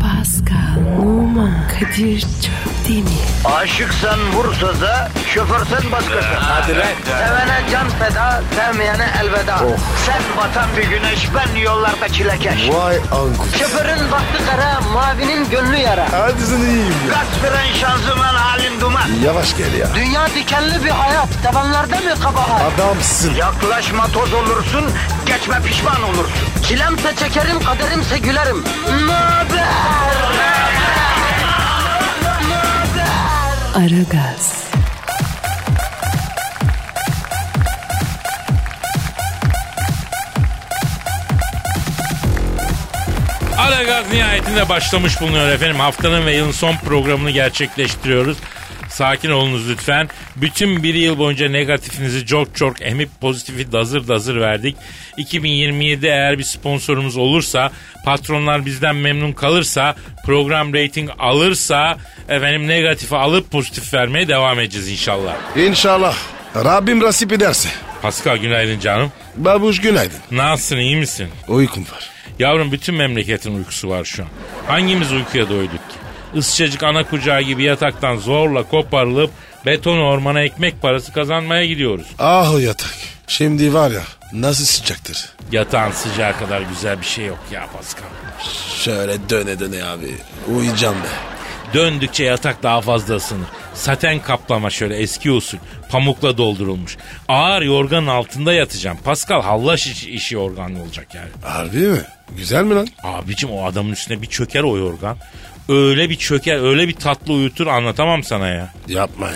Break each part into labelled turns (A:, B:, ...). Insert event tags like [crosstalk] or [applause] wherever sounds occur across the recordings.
A: Pascal, Oman, Kadir çok değil mi?
B: Aşıksan vursa da, şoförsen başkasın. Hadi
C: lan.
B: Sevene can feda, sevmeyene elveda. Sen batan bir güneş, ben yollarda çilekeş.
C: Vay anku.
B: Şoförün baktı kara, mavinin gönlü yara.
C: Hadi sen iyiyim ya.
B: Kasperen şanzıman halin duman.
C: Yavaş gel ya.
B: Dünya dikenli bir hayat, sevenlerde mi kabahar?
C: Adamsın.
B: Yaklaşma toz olursun, geçme pişman olursun. Çilemse çekerim, kaderimse gülerim. Möber!
A: Aragaz,
D: Aragaz nihayetinde başlamış bulunuyor efendim. Haftanın ve yılın son programını gerçekleştiriyoruz. Sakin olunuz lütfen. Bütün bir yıl boyunca negatifinizi çok çok emip pozitifi dazır dazır verdik. 2027 eğer bir sponsorumuz olursa, patronlar bizden memnun kalırsa, program rating alırsa, efendim negatifi alıp pozitif vermeye devam edeceğiz inşallah.
C: İnşallah. Rabbim nasip ederse.
D: Pascal günaydın canım.
C: Babuş günaydın.
D: Nasılsın iyi misin?
C: Uykum var.
D: Yavrum bütün memleketin uykusu var şu an. Hangimiz uykuya doyduk ki? Isıcacık ana kucağı gibi yataktan zorla koparılıp beton ormana ekmek parası kazanmaya gidiyoruz.
C: Ah o yatak. Şimdi var ya nasıl sıcaktır.
D: Yatağın sıcağı kadar güzel bir şey yok ya Pascal.
C: Şöyle döne döne abi. Uyuyacağım ben.
D: Döndükçe yatak daha fazla ısınır. Saten kaplama şöyle eski usul. Pamukla doldurulmuş. Ağır yorganın altında yatacağım. Pascal hallaş işi, işi organlı olacak yani.
C: Harbi mi? Güzel mi lan?
D: Abicim o adamın üstüne bir çöker o yorgan. Öyle bir çöker öyle bir tatlı uyutur anlatamam sana ya.
C: Yapma ya.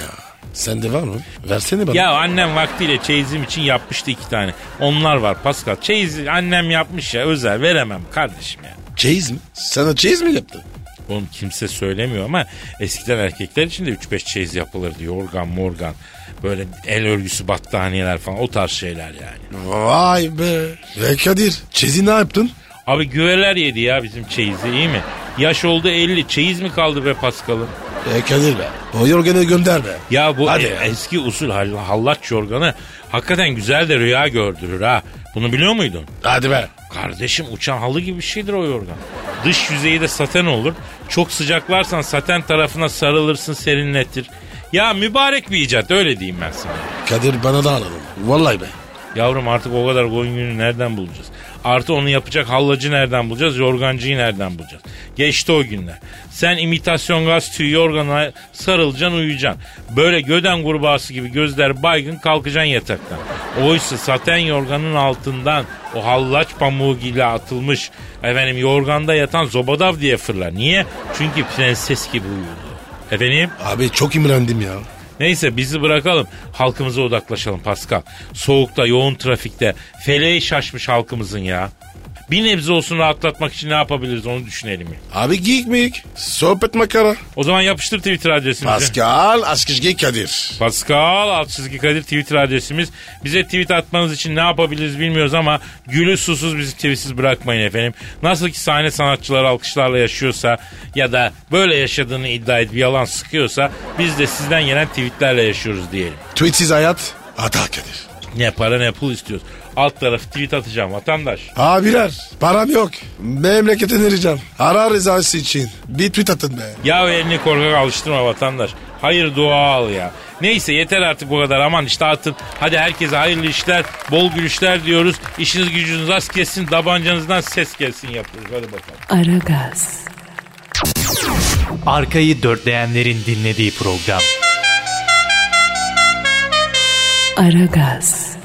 C: Sende var mı? Versene bana.
D: Ya annem vaktiyle çeyizim için yapmıştı iki tane. Onlar var Pascal. Çeyiz annem yapmış ya özel veremem kardeşim ya.
C: Çeyiz mi? Sana çeyiz mi yaptı?
D: Oğlum kimse söylemiyor ama eskiden erkekler için de 3-5 çeyiz yapılırdı. Yorgan morgan böyle el örgüsü battaniyeler falan o tarz şeyler yani.
C: Vay be. Ve Kadir çeyizi ne yaptın?
D: Abi güveler yedi ya bizim çeyizi iyi mi? Yaş oldu 50 çeyiz mi kaldı be Pascal'ın?
C: E Kadir be. O yorganı gönder be.
D: Ya bu
C: Hadi
D: e-
C: ya.
D: eski usul hall- hallaç yorganı hakikaten güzel de rüya gördürür ha. Bunu biliyor muydun?
C: Hadi be.
D: Kardeşim uçan halı gibi bir şeydir o yorgan. Dış yüzeyi de saten olur. Çok sıcaklarsan saten tarafına sarılırsın serinletir. Ya mübarek bir icat öyle diyeyim ben sana.
C: Kadir bana da alalım. Vallahi be.
D: Yavrum artık o kadar koyun günü nereden bulacağız? Artı onu yapacak hallacı nereden bulacağız? Yorgancıyı nereden bulacağız? Geçti o günler. Sen imitasyon gaz tüyü yorgana sarılacaksın uyuyacaksın. Böyle göden kurbağası gibi gözler baygın kalkacaksın yataktan. Oysa saten yorganın altından o hallaç pamuğu gibi atılmış efendim yorganda yatan zobadav diye fırlar. Niye? Çünkü prenses gibi uyuyordu. Efendim?
C: Abi çok imrendim ya.
D: Neyse bizi bırakalım halkımıza odaklaşalım Pascal. Soğukta yoğun trafikte feleği şaşmış halkımızın ya. Bir nebze olsun rahatlatmak için ne yapabiliriz onu düşünelim. ya.
C: Abi geyik miyik? Sohbet makara.
D: O zaman yapıştır Twitter adresimizi.
C: Pascal Askışgi Kadir.
D: Pascal alt çizgi Kadir Twitter adresimiz. Bize tweet atmanız için ne yapabiliriz bilmiyoruz ama gülü susuz bizi tweetsiz bırakmayın efendim. Nasıl ki sahne sanatçıları alkışlarla yaşıyorsa ya da böyle yaşadığını iddia edip yalan sıkıyorsa biz de sizden gelen tweetlerle yaşıyoruz diyelim.
C: Tweetsiz hayat. Hata Kadir.
D: Ne para ne pul istiyoruz. Alt tarafı tweet atacağım vatandaş.
C: Abiler param yok. Memlekete vereceğim. Ara rızası için. Bir tweet atın be.
D: Ya elini korkak alıştırma vatandaş. Hayır dua al ya. Neyse yeter artık bu kadar aman işte atın. Hadi herkese hayırlı işler, bol gülüşler diyoruz. İşiniz gücünüz az kesin, tabancanızdan ses gelsin yapıyoruz. Hadi bakalım.
A: Aragaz,
E: Arkayı dörtleyenlerin dinlediği program.
A: Aragaz,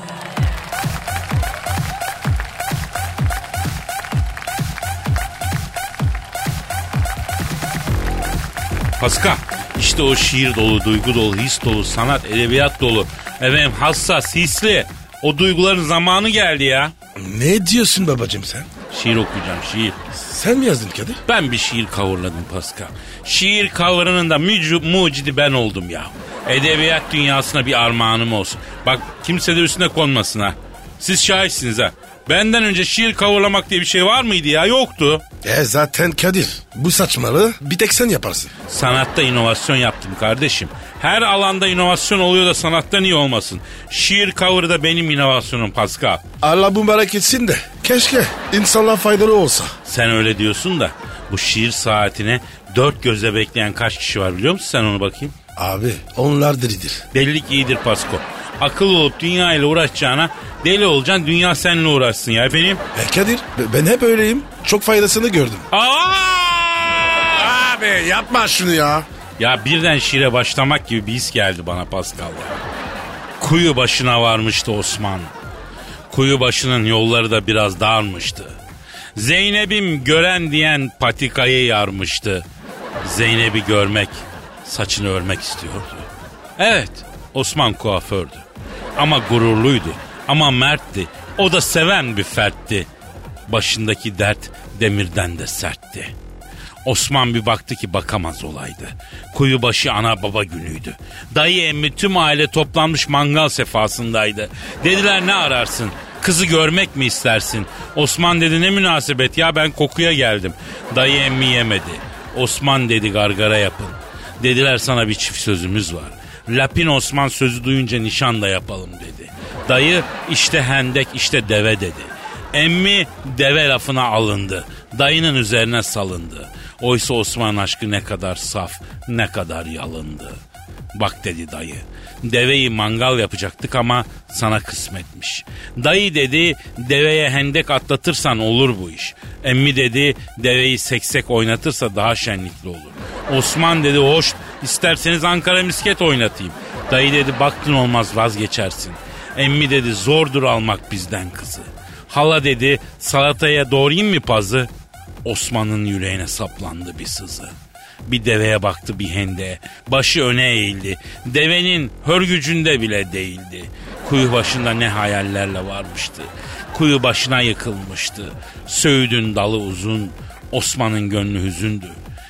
D: Paska işte o şiir dolu, duygu dolu, his dolu, sanat, edebiyat dolu. Efendim hassas, hisli. O duyguların zamanı geldi ya.
C: Ne diyorsun babacım sen?
D: Şiir okuyacağım şiir.
C: Sen mi yazdın Kadir?
D: Ben bir şiir kavurladım Pascal. Şiir kavurunun da müc- mucidi ben oldum ya. Edebiyat dünyasına bir armağanım olsun. Bak kimse de üstüne konmasın ha. Siz şahitsiniz ha. Benden önce şiir kavurlamak diye bir şey var mıydı ya? Yoktu.
C: E zaten Kadir bu saçmalığı bir tek sen yaparsın.
D: Sanatta inovasyon yaptım kardeşim. Her alanda inovasyon oluyor da sanatta niye olmasın? Şiir cover'ı da benim inovasyonum Pascal.
C: Allah mübarek etsin de keşke insanlar faydalı olsa.
D: Sen öyle diyorsun da bu şiir saatine dört gözle bekleyen kaç kişi var biliyor musun sen onu bakayım?
C: Abi onlar diridir.
D: Delilik iyidir Pasko. Akıl olup dünya ile uğraşacağına deli olacaksın dünya seninle uğraşsın ya benim.
C: E Kadir b- ben hep öyleyim. Çok faydasını gördüm.
D: Aa!
C: Abi yapma şunu ya.
D: Ya birden şiire başlamak gibi bir his geldi bana Pascal ya. Kuyu başına varmıştı Osman. Kuyu başının yolları da biraz darmıştı. Zeynep'im gören diyen patikayı yarmıştı. Zeynep'i görmek, saçını örmek istiyordu. Evet, Osman kuafördü. Ama gururluydu, ama mertti. O da seven bir fertti. Başındaki dert demirden de sertti. Osman bir baktı ki bakamaz olaydı. Kuyubaşı ana baba günüydü. Dayı emmi tüm aile toplanmış mangal sefasındaydı. Dediler ne ararsın? Kızı görmek mi istersin? Osman dedi ne münasebet ya ben kokuya geldim. Dayı emmi yemedi. Osman dedi gargara yapın. Dediler sana bir çift sözümüz var. Lapin Osman sözü duyunca nişan da yapalım dedi. Dayı işte hendek işte deve dedi. Emmi deve lafına alındı. Dayının üzerine salındı. Oysa Osman aşkı ne kadar saf, ne kadar yalındı. Bak dedi dayı. Deveyi mangal yapacaktık ama sana kısmetmiş. Dayı dedi deveye hendek atlatırsan olur bu iş. Emmi dedi deveyi seksek oynatırsa daha şenlikli olur. Osman dedi hoş isterseniz Ankara misket oynatayım. Dayı dedi baktın olmaz vazgeçersin. Emmi dedi zordur almak bizden kızı. Hala dedi salataya doğrayayım mı pazı? Osman'ın yüreğine saplandı bir sızı. Bir deveye baktı bir hendeğe. Başı öne eğildi. Devenin hörgücünde bile değildi. Kuyu başında ne hayallerle varmıştı. Kuyu başına yıkılmıştı. Söğüdün dalı uzun. Osman'ın gönlü hüzündü.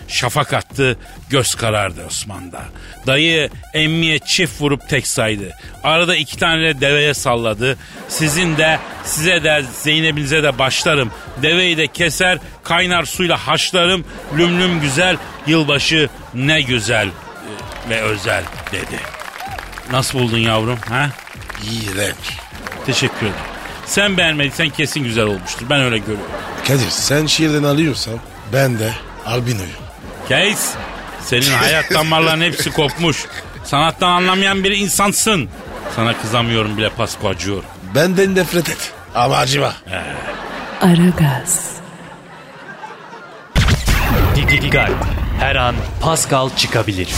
D: Şafak attı, göz karardı Osman'da. Dayı emmiye çift vurup tek saydı. Arada iki tane de deveye salladı. Sizin de, size de, Zeynep'inize de başlarım. Deveyi de keser, kaynar suyla haşlarım. Lümlüm güzel, yılbaşı ne güzel e, ve özel dedi. Nasıl buldun yavrum? Ha?
C: İğrenç.
D: Teşekkür ederim. Sen beğenmediysen kesin güzel olmuştur. Ben öyle görüyorum.
C: Kadir sen şiirden alıyorsan ben de albinoyum.
D: Keis senin hayat damarların hepsi kopmuş. Sanattan anlamayan bir insansın. Sana kızamıyorum bile Pasko acıyor.
C: Benden nefret et. Ama acıma.
A: Aragaz,
E: Didi Dikkat. Her an Pascal çıkabilir.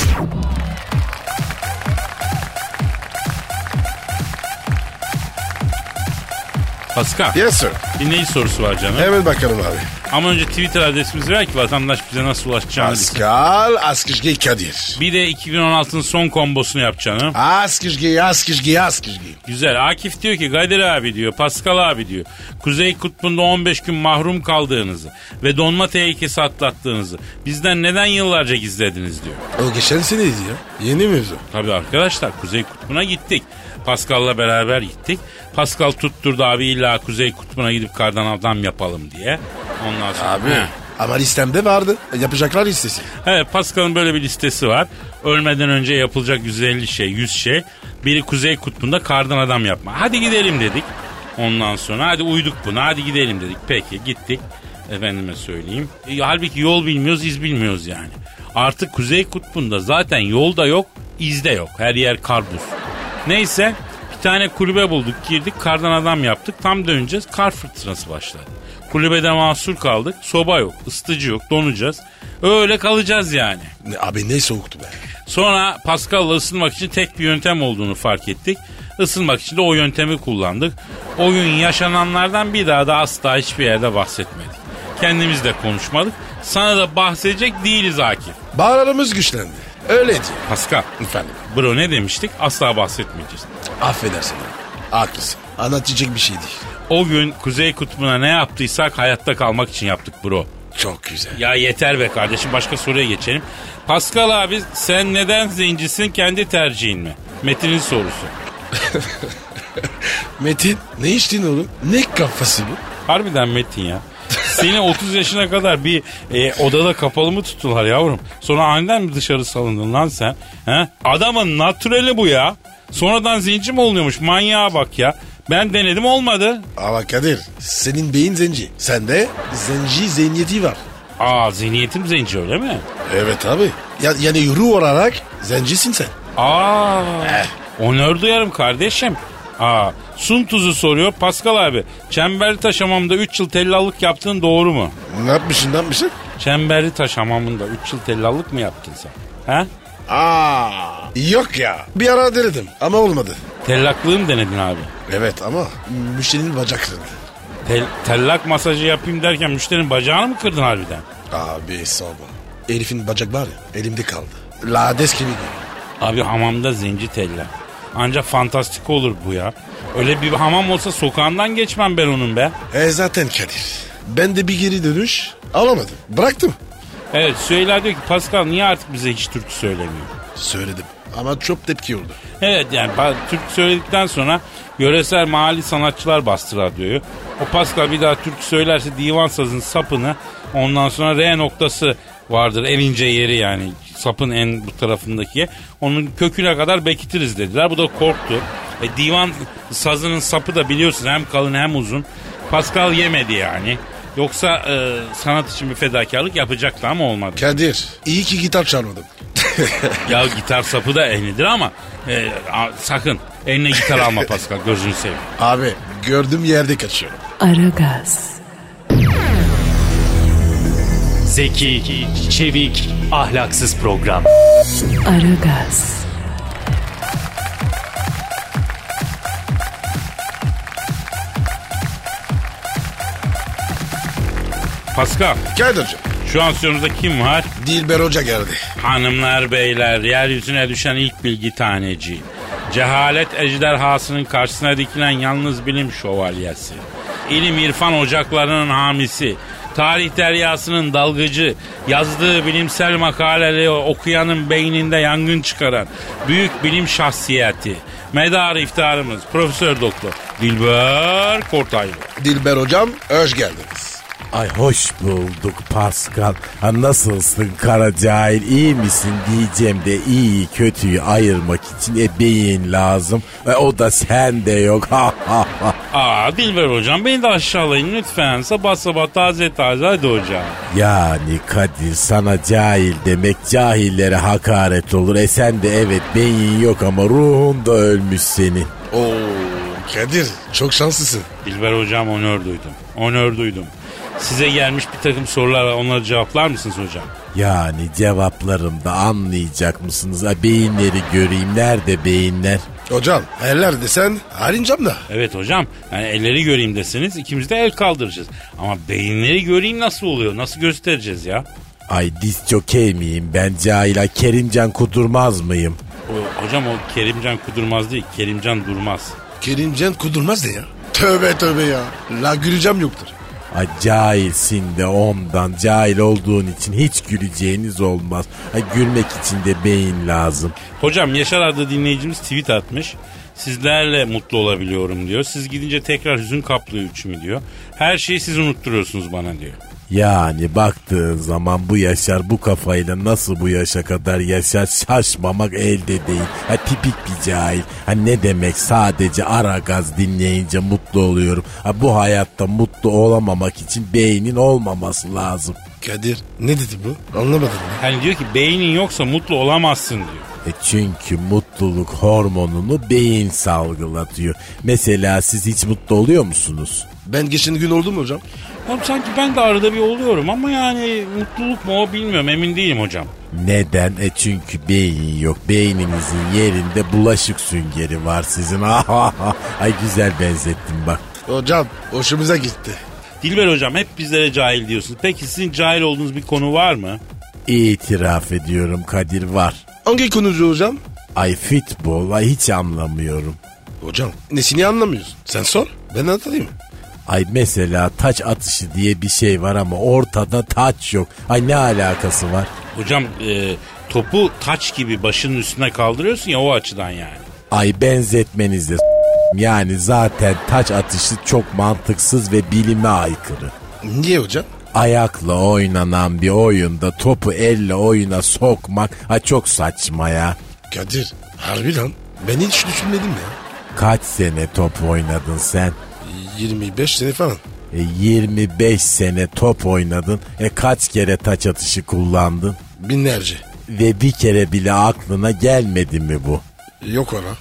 D: Pascal
C: [laughs] Yes sir.
D: dinleyici sorusu var canım.
C: Hemen bakalım abi.
D: Ama önce Twitter adresimizi ver ki vatandaş bize nasıl ulaşacağını bilsin.
C: Pascal Askışgi Kadir.
D: Bir de 2016'nın son kombosunu yap canım.
C: Askışgi, Askışgi, Askışgi.
D: Güzel. Akif diyor ki Kadir abi diyor, Pascal abi diyor. Kuzey Kutbu'nda 15 gün mahrum kaldığınızı ve donma tehlikesi atlattığınızı bizden neden yıllarca gizlediniz diyor.
C: O geçen seneydi ya. Yeni mevzu.
D: Tabii arkadaşlar Kuzey Kutbu'na gittik. Pascal'la beraber gittik. Pascal tutturdu abi illa Kuzey Kutbu'na gidip kardan adam yapalım diye. Ondan sonra... He.
C: Ama listemde vardı. Yapacaklar listesi.
D: Evet Pascal'ın böyle bir listesi var. Ölmeden önce yapılacak 150 şey, 100 şey. Biri Kuzey Kutbu'nda kardan adam yapma. Hadi gidelim dedik. Ondan sonra hadi uyduk buna hadi gidelim dedik. Peki gittik. Efendime söyleyeyim. E, halbuki yol bilmiyoruz, iz bilmiyoruz yani. Artık Kuzey Kutbu'nda zaten yol da yok, iz de yok. Her yer kar buz. Neyse bir tane kulübe bulduk girdik kardan adam yaptık. Tam döneceğiz kar fırtınası başladı. Kulübede mahsur kaldık. Soba yok, ısıtıcı yok, donacağız. Öyle kalacağız yani.
C: Ne- Abi ne soğuktu be.
D: Sonra Pascal'la ısınmak için tek bir yöntem olduğunu fark ettik. Isınmak için de o yöntemi kullandık. O gün yaşananlardan bir daha da asla hiçbir yerde bahsetmedik. Kendimiz de konuşmadık. Sana da bahsedecek değiliz Akif.
C: Bağlarımız güçlendi. Öyle diyor.
D: Pascal,
C: Efendim.
D: bro ne demiştik? Asla bahsetmeyeceğiz.
C: Affedersin abi. Haklısın. Anlatacak bir şey değil.
D: O gün Kuzey Kutbu'na ne yaptıysak hayatta kalmak için yaptık bro.
C: Çok güzel.
D: Ya yeter be kardeşim başka soruya geçelim. Pascal abi sen neden zencisin kendi tercihin mi? Metin'in sorusu.
C: Metin ne içtin oğlum? Ne kafası bu?
D: Harbiden Metin ya. Seni 30 yaşına kadar bir e, odada kapalı mı tuttular yavrum? Sonra aniden mi dışarı salındın lan sen? He? Adamın natüreli bu ya. Sonradan zenci mi oluyormuş? Manyağa bak ya. Ben denedim olmadı.
C: Ama Kadir senin beyin zenci. Sende zenci zihniyeti var.
D: Aa zihniyetim zenci öyle mi?
C: Evet abi. Ya, yani ruh olarak zencisin sen.
D: Aa. Onör duyarım kardeşim. Aa, sun tuzu soruyor Pascal abi. Çemberli taş hamamında 3 yıl tellallık yaptığın doğru mu?
C: Ne yapmışsın ne yapmışsın?
D: Çemberli taş hamamında 3 yıl tellallık mı yaptın sen? He?
C: Aa, yok ya. Bir ara denedim ama olmadı.
D: Tellaklığı mı denedin abi?
C: Evet ama müşterinin bacakları.
D: Tel, tellak masajı yapayım derken müşterinin bacağını mı kırdın harbiden?
C: Abi sorma. Elif'in bacak var ya elimde kaldı. Lades gibi.
D: Abi hamamda zenci tellak. Ancak fantastik olur bu ya. Öyle bir hamam olsa sokağından geçmem ben onun be.
C: E zaten Kadir. Ben de bir geri dönüş alamadım. Bıraktım.
D: Evet Süheyla diyor ki Pascal niye artık bize hiç türkü söylemiyor?
C: Söyledim. Ama çok tepki oldu.
D: [laughs] Evet yani ba- Türk söyledikten sonra yöresel mahalli sanatçılar bastır radyoyu. O Pascal bir daha Türk söylerse divan sazın sapını ondan sonra R noktası vardır en ince yeri yani sapın en bu tarafındaki. Onun köküne kadar bekitiriz dediler. Bu da korktu. E, divan sazının sapı da biliyorsun hem kalın hem uzun. Pascal yemedi yani. Yoksa e, sanat için bir fedakarlık yapacaktı ama olmadı.
C: Kadir iyi ki gitar çalmadım.
D: Ya gitar sapı da ehlidir ama e, a- sakın eline gitar alma Pascal gözünü seveyim.
C: Abi gördüğüm yerde kaçıyorum.
A: Aragaz,
E: Zeki, çevik, ahlaksız program.
A: Aragaz,
D: Pascal
C: Kadir'cim
D: şu an stüdyomuzda kim var?
C: Dilber Hoca geldi.
D: Hanımlar beyler yeryüzüne düşen ilk bilgi taneci. Cehalet ejderhasının karşısına dikilen yalnız bilim şövalyesi. İlim irfan ocaklarının hamisi. Tarih deryasının dalgıcı, yazdığı bilimsel makaleleri okuyanın beyninde yangın çıkaran büyük bilim şahsiyeti. Medar iftarımız Profesör Doktor Dilber Kortaylı.
C: Dilber Hocam hoş geldiniz.
F: Ay hoş bulduk Pascal. Ha, nasılsın kara cahil iyi misin diyeceğim de iyi kötüyü ayırmak için e, beyin lazım. E, o da sende yok. Ha, ha, ha.
D: Aa Dilber hocam beni de aşağılayın lütfen. Sabah sabah taze taze hadi hocam.
F: yani Kadir sana cahil demek cahillere hakaret olur. E sen de evet beyin yok ama ruhun da ölmüş senin.
C: Oo Kadir çok şanslısın.
D: Dilber hocam onör duydum. Onör duydum. Size gelmiş bir takım sorular var. Onları cevaplar mısınız hocam?
F: Yani cevaplarımda anlayacak mısınız? Ha, beyinleri göreyim. Nerede beyinler?
C: Hocam eller desen harincam da.
D: Evet hocam. Yani elleri göreyim deseniz ikimiz de el kaldıracağız. Ama beyinleri göreyim nasıl oluyor? Nasıl göstereceğiz ya?
F: Ay diz çökey miyim ben cahila Kerimcan kudurmaz mıyım?
D: O- hocam o Kerimcan kudurmaz değil. Kerimcan durmaz.
C: Kerimcan kudurmaz ne ya? Tövbe tövbe ya. La güleceğim yoktur.
F: Ay cahilsin de ondan cahil olduğun için hiç güleceğiniz olmaz. Ay gülmek için de beyin lazım.
D: Hocam Yaşar adlı dinleyicimiz tweet atmış. Sizlerle mutlu olabiliyorum diyor. Siz gidince tekrar hüzün kaplıyor içimi diyor. Her şeyi siz unutturuyorsunuz bana diyor.
F: Yani baktığın zaman bu Yaşar bu kafayla nasıl bu yaşa kadar yaşar şaşmamak elde değil. Ha tipik bir cahil. Ha ne demek sadece ara gaz dinleyince mutlu oluyorum. Ha bu hayatta mutlu olamamak için beynin olmaması lazım.
C: Kadir ne dedi bu? Anlamadım ben.
D: Hani diyor ki beynin yoksa mutlu olamazsın diyor.
F: E çünkü mutluluk hormonunu beyin salgılatıyor. Mesela siz hiç mutlu oluyor musunuz?
C: Ben geçen gün oldu mu hocam?
D: Oğlum sanki ben de arada bir oluyorum ama yani mutluluk mu o bilmiyorum emin değilim hocam.
F: Neden? E çünkü beyin yok. Beyninizin yerinde bulaşık süngeri var sizin. [laughs] Ay güzel benzettim bak.
C: Hocam hoşumuza gitti.
D: Dilber hocam hep bizlere cahil diyorsunuz. Peki sizin cahil olduğunuz bir konu var mı?
F: İtiraf ediyorum Kadir var.
C: Hangi konucu hocam?
F: Ay futbol ay hiç anlamıyorum.
C: Hocam nesini anlamıyorsun? Sen sor ben anlatayım.
F: Ay mesela taç atışı diye bir şey var ama ortada taç yok. Ay ne alakası var?
D: Hocam e, topu taç gibi başının üstüne kaldırıyorsun ya o açıdan yani.
F: Ay benzetmenizde Yani zaten taç atışı çok mantıksız ve bilime aykırı.
C: Niye hocam?
F: Ayakla oynanan bir oyunda topu elle oyuna sokmak ha çok saçma ya.
C: Kadir harbi lan ben hiç düşünmedim ya.
F: Kaç sene top oynadın sen?
C: 25 sene falan.
F: E, 25 sene top oynadın. E kaç kere taç atışı kullandın?
C: Binlerce.
F: Ve bir kere bile aklına gelmedi mi bu?
C: Yok ona.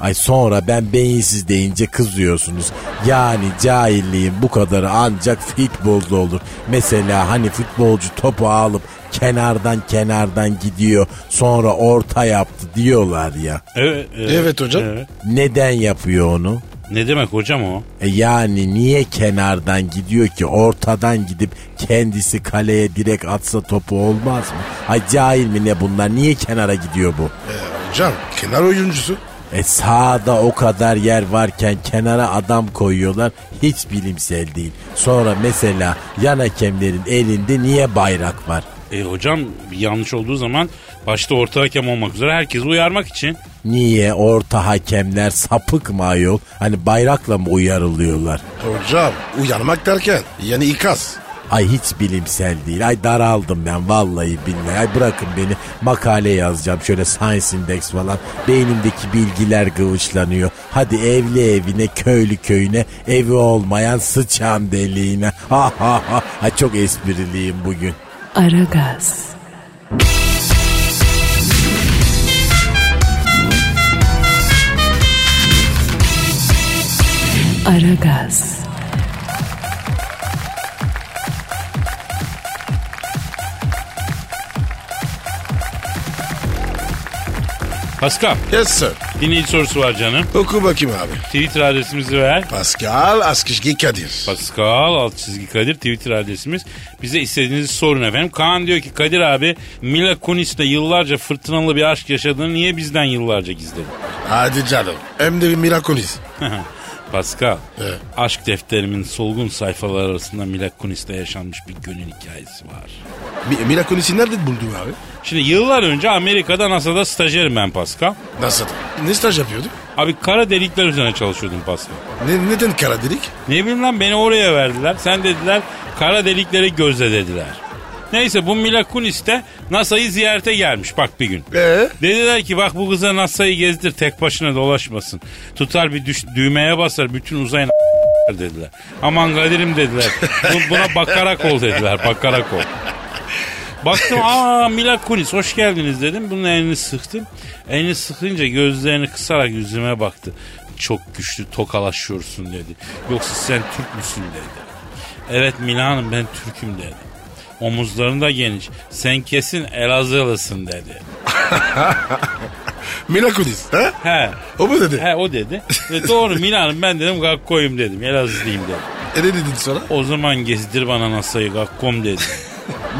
F: Ay sonra ben beyinsiz deyince kızıyorsunuz. Yani cahilliğin bu kadarı ancak futbolda olur. Mesela hani futbolcu topu alıp kenardan kenardan gidiyor sonra orta yaptı diyorlar ya.
D: Evet,
C: Evet hocam.
F: Neden yapıyor onu?
D: Ne demek hocam o?
F: E yani niye kenardan gidiyor ki ortadan gidip kendisi kaleye direkt atsa topu olmaz mı? Ay cahil mi ne bunlar niye kenara gidiyor bu?
C: Ee, hocam kenar oyuncusu.
F: E sağda o kadar yer varken kenara adam koyuyorlar hiç bilimsel değil. Sonra mesela yan hakemlerin elinde niye bayrak var?
D: E hocam bir yanlış olduğu zaman başta orta hakem olmak üzere herkesi uyarmak için.
F: Niye orta hakemler sapık mı ayol? Hani bayrakla mı uyarılıyorlar?
C: Hocam uyarmak derken yani ikaz.
F: Ay hiç bilimsel değil. Ay daraldım ben vallahi billahi. Ay bırakın beni makale yazacağım. Şöyle Science Index falan. Beynimdeki bilgiler kıvışlanıyor. Hadi evli evine, köylü köyüne, evi olmayan sıçan deliğine. Ha ha ha. Ay çok espriliyim bugün.
A: Aragaz, Aragaz,
D: Pascal
C: Yes sir.
D: dinleyici sorusu var canım.
C: Oku bakayım abi.
D: Twitter adresimizi ver.
C: Pascal Askışki Kadir.
D: Pascal alt çizgi Kadir Twitter adresimiz. Bize istediğinizi sorun efendim. Kaan diyor ki Kadir abi Mila Kunis'le yıllarca fırtınalı bir aşk yaşadığını niye bizden yıllarca gizledin? [laughs]
C: Hadi canım. Hem de bir mirakuliz.
D: Pascal,
C: Evet.
D: aşk defterimin solgun sayfaları arasında Mila Kunis'te yaşanmış bir gönül hikayesi var.
C: Mi- Mirakulis'i nerede buldun abi?
D: Şimdi yıllar önce Amerika'da NASA'da stajyerim ben Pascal.
C: Nasıl? Ne staj yapıyorduk?
D: Abi kara delikler üzerine çalışıyordum Pascal.
C: Ne, neden kara delik?
D: Ne bileyim lan beni oraya verdiler. Sen dediler kara delikleri gözle dediler. Neyse bu Mila Kunis de NASA'yı ziyarete gelmiş bak bir gün.
C: Ee?
D: Dediler ki bak bu kıza NASA'yı gezdir tek başına dolaşmasın. Tutar bir düş- düğmeye basar bütün uzayın dediler. Aman Kadir'im dediler. Bu- Buna bakarak ol dediler bakarak ol. Baktım aa Mila Kunis hoş geldiniz dedim. Bunun elini sıktım. Elini sıkınca gözlerini kısarak yüzüme baktı. Çok güçlü tokalaşıyorsun dedi. Yoksa sen Türk müsün dedi. Evet Mila Hanım ben Türk'üm dedi. Omuzların da geniş. Sen kesin Elazığlısın dedi.
C: Mirakulis. Ha?
D: He.
C: O mu dedi?
D: He o dedi. Ve doğru Mila Hanım ben dedim Gakko'yum dedim. Elazığlıyım dedim.
C: E ne dedin sonra?
D: O zaman gezdir bana NASA'yı Gakkom dedi.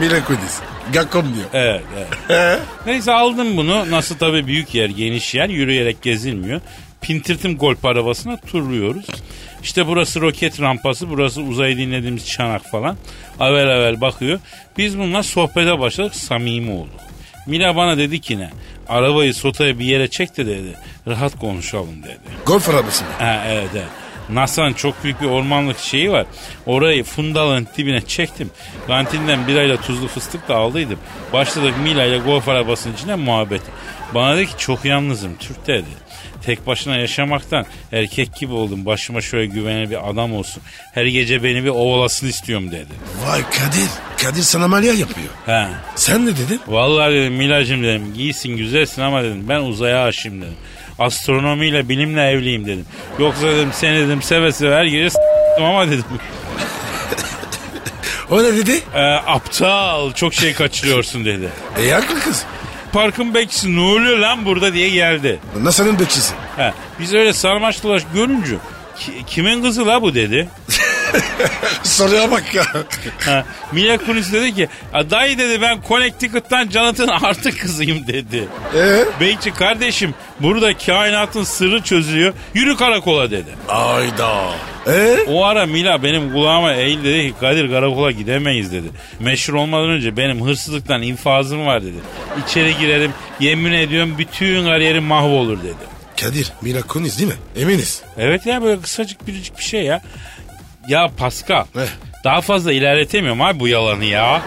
C: Mirakulis. Gakkom diyor.
D: Evet, evet. Neyse aldım bunu. Nasıl tabii büyük yer, geniş yer. Yürüyerek gezilmiyor. Pintirtim golf arabasına turluyoruz. İşte burası roket rampası, burası uzayı dinlediğimiz çanak falan. Avel avel bakıyor. Biz bununla sohbete başladık, samimi olduk. Mila bana dedi ki ne? Arabayı sotaya bir yere çek de dedi. Rahat konuşalım dedi.
C: Golf arabası mı?
D: Ha, evet evet. NASA'nın çok büyük bir ormanlık şeyi var. Orayı fundalın dibine çektim. Kantinden birayla tuzlu fıstık da aldıydım. Başladık Mila ile golf arabasının içine muhabbet. Bana dedi ki çok yalnızım Türk dedi. Tek başına yaşamaktan erkek gibi oldum. Başıma şöyle güvenen bir adam olsun. Her gece beni bir ovalasın istiyorum dedi.
C: Vay Kadir. Kadir sana malya yapıyor.
D: He.
C: Sen ne dedin?
D: Vallahi dedim Milacım dedim giysin güzelsin ama dedim ben uzaya aşığım dedim. Astronomiyle bilimle evliyim dedim. Yoksa dedim seni dedim seve seve her gece s**tim ama dedim.
C: O ne dedi?
D: "Ee, aptal çok şey kaçırıyorsun dedi.
C: E haklı kız.
D: Parkın bekçisi ne oluyor lan burada diye geldi.
C: NASA'nın bekçisi.
D: He, biz öyle sarmaş dolaş görünce "Ki- kimin kızı la bu dedi.
C: [laughs] Soruya bak ya. [laughs]
D: Ha, Mila Kunis dedi ki "A, dayı dedi ben Connecticut'tan Jonathan artık kızıyım dedi.
C: Ee?
D: Beyçi kardeşim burada kainatın sırrı çözülüyor yürü karakola dedi.
C: Ayda. Ee?
D: O ara Mila benim kulağıma eğildi dedi ki Kadir karakola gidemeyiz dedi. Meşhur olmadan önce benim hırsızlıktan infazım var dedi. İçeri girerim yemin ediyorum bütün kariyerim mahvolur dedi.
C: Kadir Mila Kunis değil mi? Eminiz. [laughs]
D: Evet ya böyle kısacık biricik bir şey ya. Ya Pascal.
C: Eh.
D: Daha fazla ilerletemiyorum abi bu yalanı ya.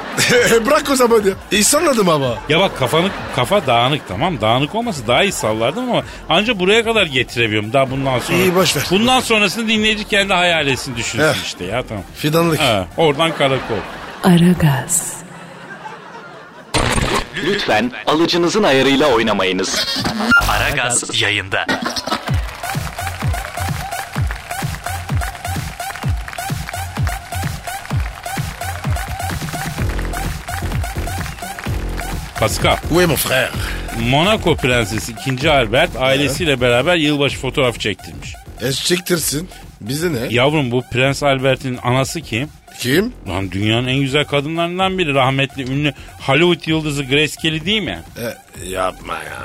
C: E, Bırak o zaman ya. İnsan adım ama.
D: Ya bak kafanı, kafa dağınık tamam. Dağınık olması daha iyi sallardım ama anca buraya kadar getirebiliyorum daha bundan sonra.
C: İyi, boş ver.
D: Bundan sonrasını dinleyici kendi hayal etsin düşünsün
C: Eh.
D: işte ya tamam.
C: Fidanlık.
D: Ha, oradan karakol.
A: Aragaz,
G: Lütfen alıcınızın ayarıyla oynamayınız.
E: Aragaz yayında.
D: Pascal.
C: Oui mon frère.
D: Monaco prensesi 2. Albert ailesiyle beraber yılbaşı fotoğraf çektirmiş.
C: E çektirsin. Bize ne?
D: Yavrum bu Prens Albert'in anası kim?
C: Kim?
D: Lan dünyanın en güzel kadınlarından biri rahmetli ünlü Hollywood yıldızı Grace Kelly değil mi?
C: E, yapma ya.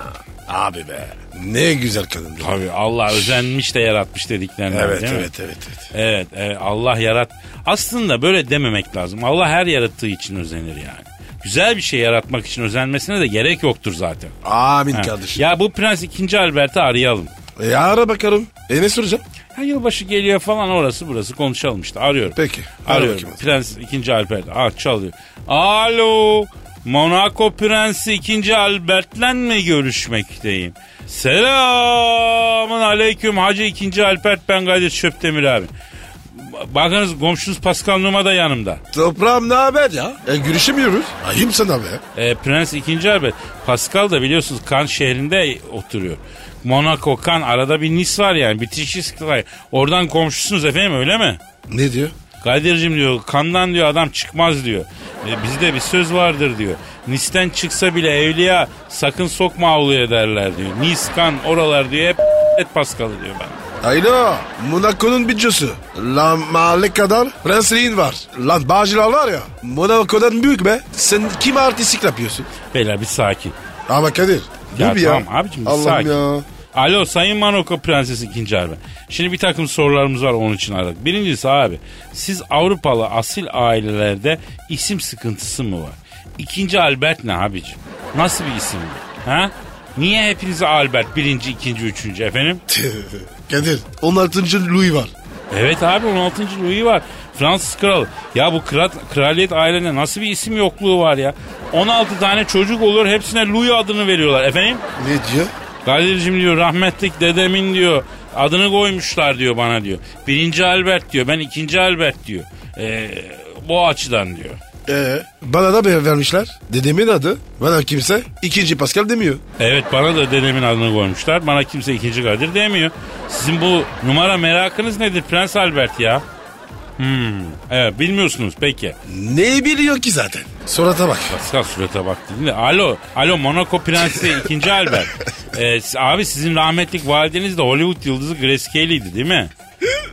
C: Abi be. Ne güzel kadın.
D: Tabii Allah özenmiş de yaratmış dediklerinden
C: Evet
D: değil mi?
C: evet, evet evet
D: Evet, evet Allah yarat. Aslında böyle dememek lazım. Allah her yarattığı için özenir yani. Güzel bir şey yaratmak için özenmesine de gerek yoktur zaten.
C: Amin
D: Ha.
C: kardeşim.
D: Ya bu Prens 2. Albert'i arayalım.
C: E, ara bakalım. E ne soracağım?
D: Ha yılbaşı geliyor falan orası burası konuşalım işte arıyorum.
C: Peki, ara
D: Arıyorum.
C: bakayım.
D: Prens 2. Albert. Ah çalıyor. Alo. Monaco Prensi 2. Albert'le mi görüşmekteyim? Selamın aleyküm Hacı 2. Albert ben Kadir Çöptemir abi. Ba- Bakınız komşunuz Pascal Numa da yanımda.
C: Toprağım ne haber ya? E görüşemiyoruz. Ayıp sana be.
D: Ee, Prens 2. Albert. Pascal da biliyorsunuz Kan şehrinde oturuyor. Monaco Kan arada bir Nis var yani. Bitişik var. Oradan komşusunuz efendim öyle mi?
C: Ne diyor?
D: Kadir'cim diyor kandan diyor adam çıkmaz diyor. E, bizde bir söz vardır diyor. Nis'ten çıksa bile evliya sakın sokma avluya derler diyor. Nis kan oralar diyor hep et paskalı diyor bana.
C: Alo. Monaco'nun bütçesi. Lan mahalle kadar prensliğin var. Lan bağcılar var ya. Monaco'dan büyük be. Sen kim artistik yapıyorsun?
D: Beyler bir sakin.
C: Ama Kadir.
D: Ya
C: dur
D: tamam abicim bir
C: Allah'ım
D: sakin.
C: ya. [laughs]
D: Alo Sayın Manoko Prensesi ikinci abi. Şimdi bir takım sorularımız var onun için aradık. Birincisi abi siz Avrupalı asil ailelerde isim sıkıntısı mı var? İkinci Albert ne abicim? Nasıl bir isim bu? Ha? Niye hepinize Albert birinci, ikinci, üçüncü efendim?
C: Kadir 16. Louis var.
D: Evet abi 16. Louis var. Fransız kralı. Ya bu kral, kraliyet ailene nasıl bir isim yokluğu var ya? 16 tane çocuk oluyor hepsine Louis adını veriyorlar efendim.
C: Ne diyor?
D: Kadir'cim diyor rahmetlik dedemin diyor adını koymuşlar diyor bana diyor. Birinci Albert diyor ben ikinci Albert diyor. Ee, bu açıdan diyor.
C: Ee, bana da bir vermişler. Dedemin adı. Bana kimse ikinci Pascal demiyor.
D: Evet bana da dedemin adını koymuşlar. Bana kimse ikinci Kadir demiyor. Sizin bu numara merakınız nedir Prens Albert ya? Hmm, evet bilmiyorsunuz peki.
C: Ne biliyor ki zaten? Surata bak.
D: Pascal surata bak dedin de. Alo, alo Monaco Prensi 2. Albert. Ee, s- abi sizin rahmetlik valideniz de Hollywood yıldızı Grace Kelly'ydi değil mi?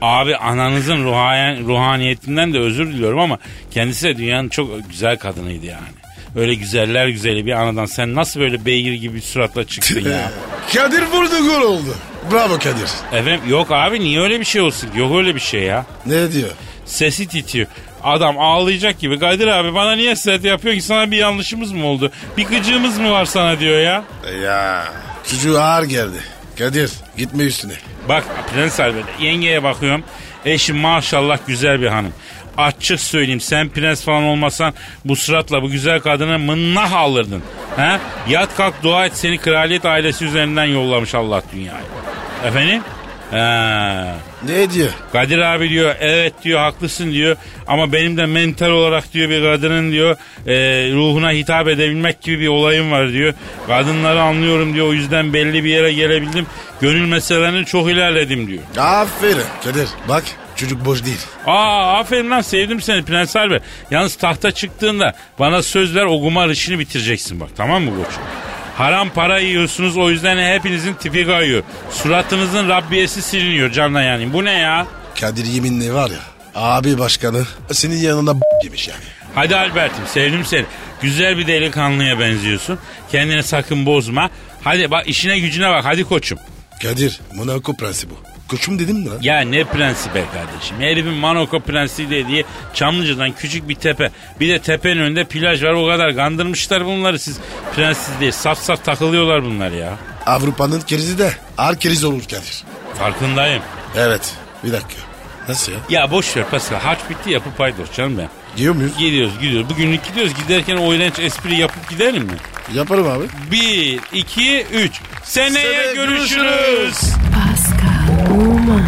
D: Abi ananızın ruhayen, ruhaniyetinden de özür diliyorum ama kendisi de dünyanın çok güzel kadınıydı yani. Öyle güzeller güzeli bir anadan sen nasıl böyle beygir gibi bir suratla çıktın ya?
C: [laughs] Kadir vurdu gol oldu. Bravo Kadir.
D: Efendim yok abi niye öyle bir şey olsun? ki? Yok öyle bir şey ya.
C: Ne diyor?
D: Sesi titiyor. Adam ağlayacak gibi. Kadir abi bana niye set yapıyor ki? Sana bir yanlışımız mı oldu? Bir gıcığımız mı var sana diyor ya.
C: Ya. Çocuğu ağır geldi. Kadir gitme üstüne.
D: Bak Prens Albert yengeye bakıyorum. Eşim maşallah güzel bir hanım. Açık söyleyeyim sen prens falan olmasan bu sıratla bu güzel kadını mınnah alırdın. He? Yat kalk dua et seni kraliyet ailesi üzerinden yollamış Allah dünyayı. Efendim? He.
C: Ne diyor?
D: Kadir abi diyor evet diyor haklısın diyor ama benim de mental olarak diyor bir kadının diyor e, ruhuna hitap edebilmek gibi bir olayım var diyor. Kadınları anlıyorum diyor o yüzden belli bir yere gelebildim. Gönül meselelerini çok ilerledim diyor.
C: Aferin Kadir. Bak çocuk boş değil.
D: Aa aferin lan sevdim seni Prens Albert. Yalnız tahta çıktığında bana söz ver o kumar işini bitireceksin bak tamam mı koçum? Haram para yiyorsunuz o yüzden hepinizin tipi kayıyor. Suratınızın Rabbiyesi siliniyor canına yani. Bu ne ya?
C: Kadir yeminle var ya. Abi başkanı senin yanında b- yemiş yani.
D: Hadi Albert'im sevdim seni. Güzel bir delikanlıya benziyorsun. Kendini sakın bozma. Hadi bak işine gücüne bak hadi koçum.
C: Kadir Monaco prensi bu. Koçum dedim mi lan?
D: Ya ne prensi be kardeşim. Herifin Manoko prensi diye diye Çamlıca'dan küçük bir tepe. Bir de tepenin önünde plaj var o kadar. Kandırmışlar bunları siz prenssiz diye. Saf saf takılıyorlar bunlar ya.
C: Avrupa'nın krizi de ağır kriz olur Kadir.
D: Farkındayım.
C: Evet. Bir dakika. Nasıl ya?
D: Ya boş ver Pascal. Harç bitti yapıp paydos canım ben.
C: Giyiyor muyuz?
D: Gidiyoruz gidiyoruz. Bugünlük gidiyoruz. Giderken o iğrenç espri yapıp gidelim mi?
C: Yaparım abi.
D: Bir, iki, üç. Seneye
C: Seneye
D: görüşürüz.
A: Pascal, Oman,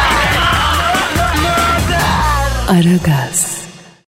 A: Aragaz.